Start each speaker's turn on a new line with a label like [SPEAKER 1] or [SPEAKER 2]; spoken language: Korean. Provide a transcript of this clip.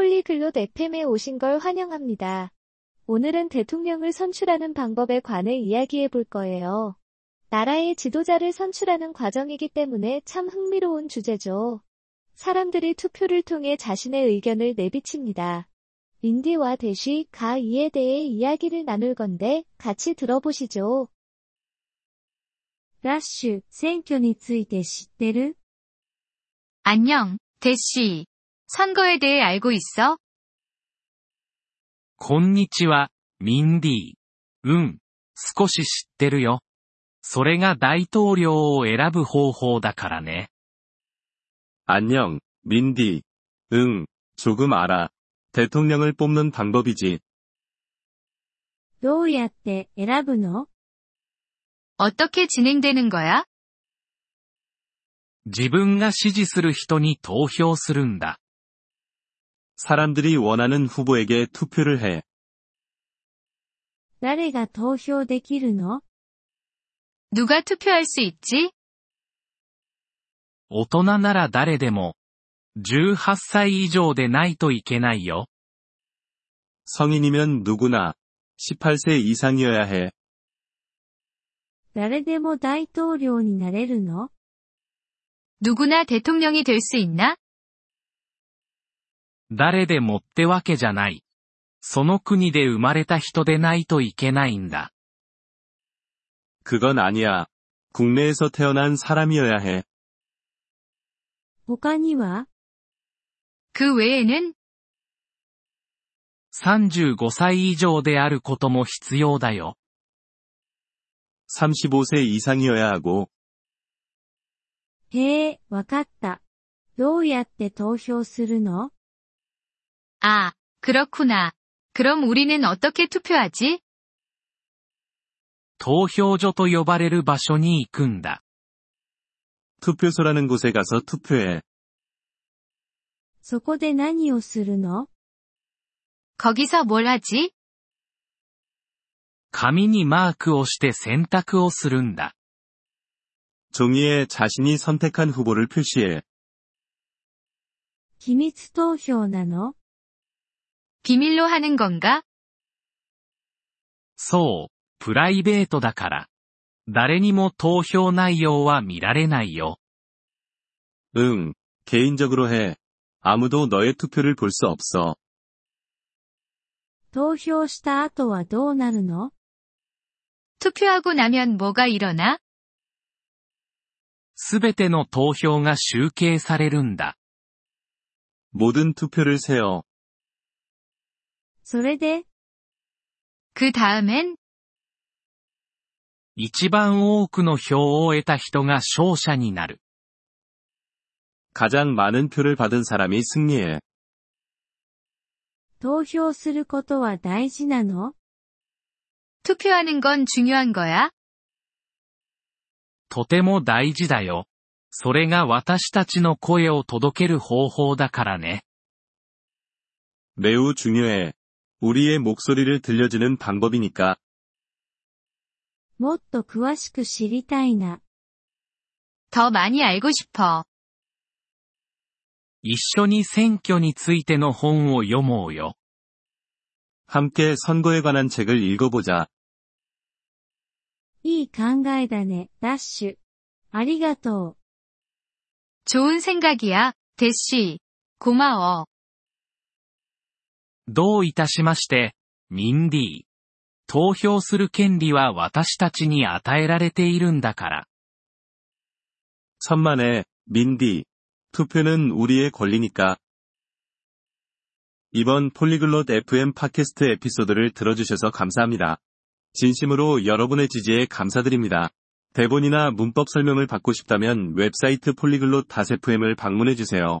[SPEAKER 1] 폴리글롯 FM에 오신 걸 환영합니다. 오늘은 대통령을 선출하는 방법에 관해 이야기해 볼 거예요. 나라의 지도자를 선출하는 과정이기 때문에 참 흥미로운 주제죠. 사람들이 투표를 통해 자신의 의견을 내비칩니다. 인디와 대시, 가 이에 대해 이야기를 나눌 건데 같이 들어보시죠.
[SPEAKER 2] ラッシュ、選挙について知ってる
[SPEAKER 3] 안녕, 대시. 선거에 대해 알고 있어?
[SPEAKER 4] こんにちは、ミンディー。うん、少し知ってるよ。それが大統領を選ぶ方法だからね。
[SPEAKER 5] 안녕, 민디. 응, 조금 알아. 대통령을 뽑는 방법이지.
[SPEAKER 2] どうやって選ぶの
[SPEAKER 3] 어떻게 진행되는 거야?
[SPEAKER 4] 自分が支持する人に投票するんだ。
[SPEAKER 5] 사람들이 원하는 후보에게 투표를 해.
[SPEAKER 2] 誰が投票できるの
[SPEAKER 3] 누가 투표할 수 있지?
[SPEAKER 4] 大人なら誰でも。18歳以上でないといけないよ。
[SPEAKER 5] 성인이면 누구나 18세 이상이어야 해.
[SPEAKER 2] 誰でも大統領になれるの
[SPEAKER 3] 누구나 대통령이 될 수 있나?
[SPEAKER 4] 誰でもってわけじゃない。その国で生まれた人でないといけないんだ。
[SPEAKER 5] 그건 아니야. 국내에서 태어난 사람이어야 해.
[SPEAKER 2] 他には
[SPEAKER 3] 그 외에는
[SPEAKER 4] 35歳以上であることも必要だよ。
[SPEAKER 5] 35세 이상이어야 하고,
[SPEAKER 2] へえ、わかった。どうやって投票するの
[SPEAKER 3] 아, 그렇구나. 그럼 우리는 어떻게 투표하지?
[SPEAKER 4] 投票所と呼ばれる場所に行くんだ。
[SPEAKER 5] 투표소라는 곳에 가서 투표해.
[SPEAKER 2] そこで何をするの
[SPEAKER 3] 거기서 뭘 하지?
[SPEAKER 4] 紙にマークをして選択をするんだ。
[SPEAKER 5] 종이에 자신이 선택한 후보를 표시해.
[SPEAKER 2] 秘密投票なの
[SPEAKER 3] 비밀로 하는 건가?
[SPEAKER 4] そう、プライベートだから。誰にも投票内容は見られないよ。
[SPEAKER 5] 응, 개인적으로 해. 아무도 너의 투표를 볼 수 없어.
[SPEAKER 2] 投票した後はどうなるの
[SPEAKER 3] 투표하고 나면 뭐가 일어나?
[SPEAKER 4] すべての投票が集計されるんだ。
[SPEAKER 5] 모든 투표를 세어
[SPEAKER 2] それで、
[SPEAKER 3] 그 다음엔
[SPEAKER 4] 一番多くの票を得た人が勝者になる。
[SPEAKER 5] 가장 많은 표를 받은 사람이 승리해.
[SPEAKER 2] 投票することは大事なの
[SPEAKER 3] 투표하는 건 중요한 거야?
[SPEAKER 4] とても大事だよ。それが私たちの声を届ける方法だからね。
[SPEAKER 5] 매우 중요해. 우리의 목소리를 들려주는 방법이니까
[SPEAKER 2] もっと詳しく知りたいな。
[SPEAKER 3] 더 많이 알고 싶어.
[SPEAKER 4] 一緒に選挙についての本を読もうよ。
[SPEAKER 5] 함께 선거에 관한 책을 읽어보자.
[SPEAKER 2] いい考えだね、ダッシュ。ありがとう。
[SPEAKER 3] 좋은 생각이야, 대시. 고마워.
[SPEAKER 4] どういたしまして、ミンディー。投票する権利は私たちに与えられているんだから。
[SPEAKER 5] 천만에, 민디. 투표는 우리의 권리니까. 이번 폴리글롯 FM 팟캐스트 에피소드를 들어주셔서 감사합니다. 진심으로 여러분의 지지에 감사드립니다. 대본이나 문법 설명을 받고 싶다면 웹사이트 폴리글롯 FM을 방문해주세요.